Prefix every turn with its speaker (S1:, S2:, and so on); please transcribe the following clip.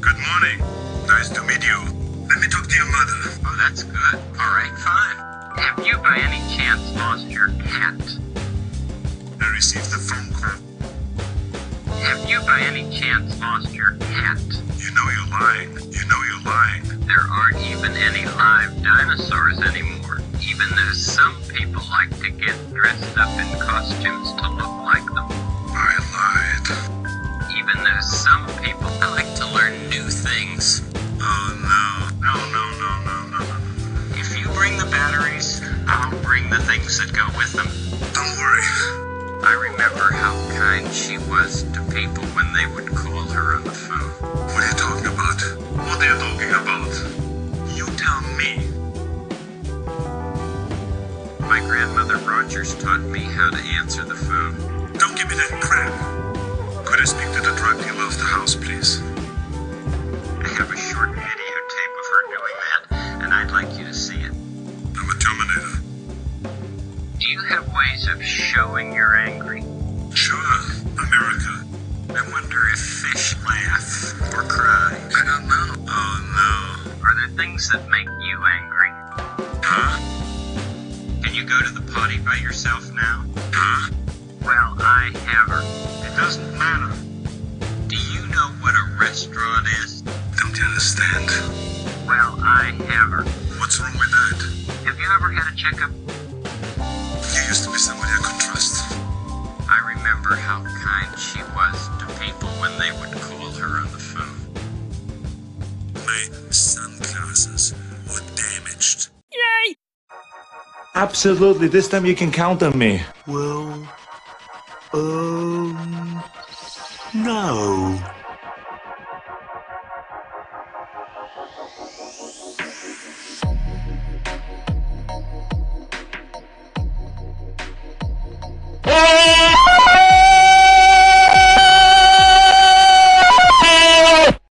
S1: morning. Nice to meet you. Let me talk to your mother.
S2: Oh, that's good. All right, fine. Have you by any chance lost your cat?
S1: I received a phone call.
S2: Have you by any chance lost your cat?
S1: You know you're lying. You know you're lying.
S2: There aren't even any live dinosaurs anymore. Even though some people like to get dressed up in costumes to look like them.
S1: I lied.
S2: Even though some people like to learn new things.
S1: Oh no. No, no, no, no, no, no.
S2: If you bring the batteries, I'll bring the things that go with them.
S1: Don't worry.
S2: I remember how kind she was to people when they would call her on the phone.
S1: What are you talking about? What are you talking about? You tell me.
S2: My grandmother Rogers taught me how to answer the phone.
S1: Don't give me that crap. Could I speak to the drug dealer of the house, please?
S2: I have a short videotape of her doing that, and I'd like you to see it.
S1: I'm a Terminator.
S2: Do you have ways of showing you're angry?
S1: Sure, America.
S2: I wonder if fish laugh or cry.
S1: I don't know. Oh no.
S2: Are there things that make you angry?
S1: Huh?
S2: Can you go to the potty by yourself now?
S1: Huh?
S2: Well, I have her. It doesn't matter. Do you know what a restaurant is?
S1: Don't you understand?
S2: Well, I have her.
S1: What's wrong with that?
S2: Have you ever had a checkup?
S1: You used to be somebody I could trust.
S2: I remember how kind she was to people when they would call her on the phone.
S1: My sunglasses were damaged.
S3: Absolutely, this time you can count on me.
S4: Well, um, no.
S3: Oh!